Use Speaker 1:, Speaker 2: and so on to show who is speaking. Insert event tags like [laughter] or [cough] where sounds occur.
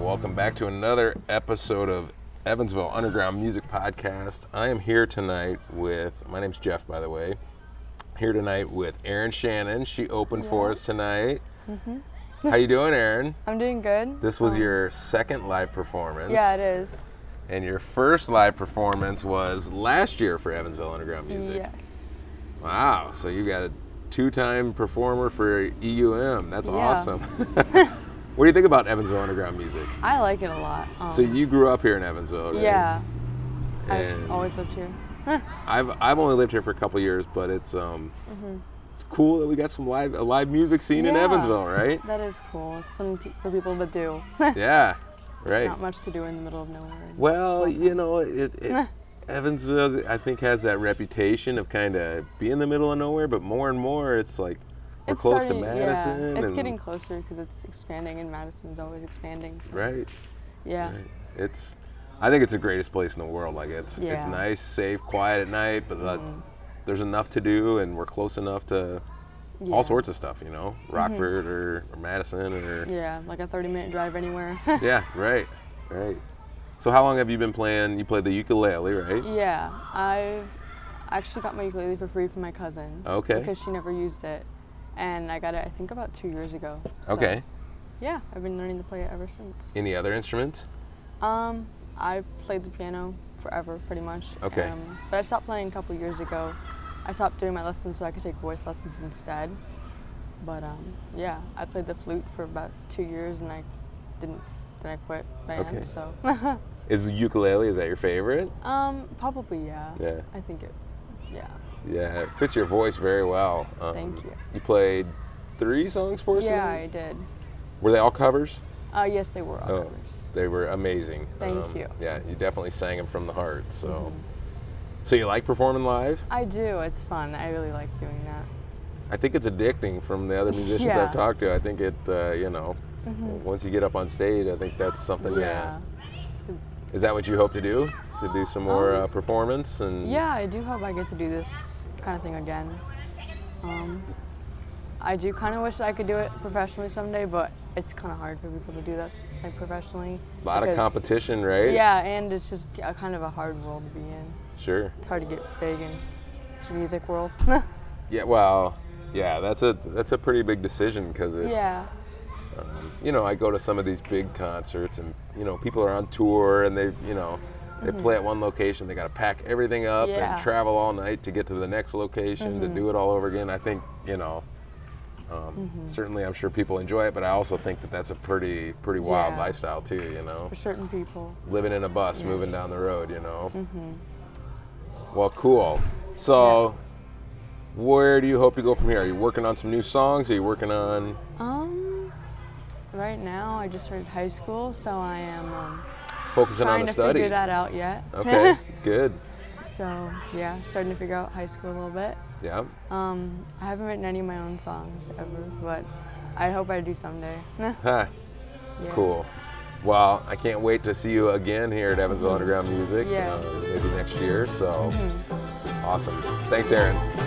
Speaker 1: welcome back to another episode of Evansville Underground Music Podcast. I am here tonight with, my name's Jeff, by the way, here tonight with Erin Shannon. She opened for us tonight.
Speaker 2: Mm-hmm.
Speaker 1: How you doing, Erin?
Speaker 2: I'm doing good.
Speaker 1: This was your second live performance.
Speaker 2: Yeah, it is.
Speaker 1: And your first live performance was last year for Evansville Underground Music.
Speaker 2: Yes.
Speaker 1: Wow. So you got a two-time performer for EUM. That's
Speaker 2: Yeah.
Speaker 1: awesome. [laughs] what do you think about Evansville Underground Music?
Speaker 2: I like it a lot. Um,
Speaker 1: So you grew up here in Evansville, right?
Speaker 2: Yeah.
Speaker 1: And-
Speaker 2: I've always lived here.
Speaker 1: I've I've only lived here for a couple years, but it's um it's cool that we got some live a live music scene in
Speaker 2: Mm-hmm. Yeah.
Speaker 1: Evansville,
Speaker 2: [laughs]
Speaker 1: right?
Speaker 2: That is cool. It's Some pe- for people to do.
Speaker 1: yeah. Right.
Speaker 2: Not much to do in the middle of nowhere.
Speaker 1: Well, you know, it, it, Evansville, I think, has that reputation of kind of being the middle of nowhere, but more and more it's like we're
Speaker 2: It's
Speaker 1: close
Speaker 2: starting-
Speaker 1: to Madison.
Speaker 2: Yeah, it's
Speaker 1: and-
Speaker 2: getting closer because it's expanding, and Madison's always expanding. So,
Speaker 1: Right,
Speaker 2: Yeah.
Speaker 1: right. It's, I think it's the greatest place in the world. Like, it's, it's
Speaker 2: Yeah. Mm-hmm.
Speaker 1: nice, safe, quiet at night, but uh, there's enough to do, and we're close enough to
Speaker 2: yeah. Mm-hmm.
Speaker 1: all sorts of stuff, you know? Rockford or, or Madison or.
Speaker 2: Yeah, like a 30-minute drive anywhere. [laughs]
Speaker 1: yeah, right, right. So, how long have you been playing? You played the ukulele, right?
Speaker 2: yeah, I've actually got my ukulele for free from my cousin.
Speaker 1: Okay.
Speaker 2: Because she never used it, and I got it I think about two years ago. So,
Speaker 1: Okay.
Speaker 2: Yeah, I've been learning to play it ever since.
Speaker 1: Any other instruments?
Speaker 2: Um, I've played the piano forever, pretty much.
Speaker 1: Okay.
Speaker 2: Um, but I stopped playing a couple years ago. I stopped doing my lessons so I could take voice lessons instead. But um, yeah, I played the flute for about two years, and I didn't. Then I quit band.
Speaker 1: Okay.
Speaker 2: So, [laughs]
Speaker 1: Is the ukulele, is that your favorite?
Speaker 2: um, probably yeah.
Speaker 1: Yeah.
Speaker 2: I think it. Yeah.
Speaker 1: Yeah, it fits your voice very well. Um,
Speaker 2: Thank you.
Speaker 1: You played three songs for us.
Speaker 2: Yeah, I
Speaker 1: tonight?
Speaker 2: did.
Speaker 1: Were they all covers?
Speaker 2: Uh, yes, they were all
Speaker 1: Oh.
Speaker 2: covers.
Speaker 1: They were amazing. um,
Speaker 2: Thank you. Mm-hmm.
Speaker 1: Yeah, you definitely sang them from the heart. So, so you like performing live?
Speaker 2: I do. It's fun. I really like doing that.
Speaker 1: I think it's addicting from the other musicians
Speaker 2: Yeah. Mm-hmm.
Speaker 1: I've talked to. I think it, uh, you know, once you get up on stage, I think that's something.
Speaker 2: yeah.
Speaker 1: Is that what you hope to do? To do some more
Speaker 2: Um,
Speaker 1: uh, performance and
Speaker 2: Yeah, I do hope I get to do this kind of thing again. Um, I do kind of wish I could do it professionally someday, but it's kind of hard for people to do that like professionally.
Speaker 1: a lot of
Speaker 2: because-
Speaker 1: competition, right?
Speaker 2: Yeah, and it's just a kind of a hard world to be in.
Speaker 1: Sure.
Speaker 2: It's hard to get big in the music world. [laughs]
Speaker 1: Yeah. Well. Yeah. That's a that's a pretty big decision because it.
Speaker 2: yeah,
Speaker 1: you know, I go to some of these big concerts and, you know, people are on tour and they've, you know, they play at one location, they got to pack everything up
Speaker 2: Mm-hmm. Yeah. Mm-hmm.
Speaker 1: and travel all night to get to the next location to do it all over again. I think, you know, um, certainly I'm sure people enjoy it, but I also think that that's a pretty, pretty wild
Speaker 2: Yeah.
Speaker 1: lifestyle too, you know,
Speaker 2: for Mm-hmm. certain people.
Speaker 1: living in a bus, moving down the road, you know. Well, cool. So, where do you hope to go from here? Are you working on some new songs? Are you working on,
Speaker 2: Um, right now I just started high school, so I am um,
Speaker 1: focusing
Speaker 2: trying
Speaker 1: on the
Speaker 2: to
Speaker 1: studies?
Speaker 2: figure that out yet.
Speaker 1: Okay, good.
Speaker 2: [laughs] so yeah, starting to figure out high school a little bit.
Speaker 1: Yeah.
Speaker 2: Um, I haven't written any of my own songs ever, but I hope I do someday. [laughs] yeah.
Speaker 1: Huh. Cool. Well, I can't wait to see you again here at Evansville Underground Music.
Speaker 2: Yeah.
Speaker 1: Uh, maybe next year. So awesome. Thanks, Aaron.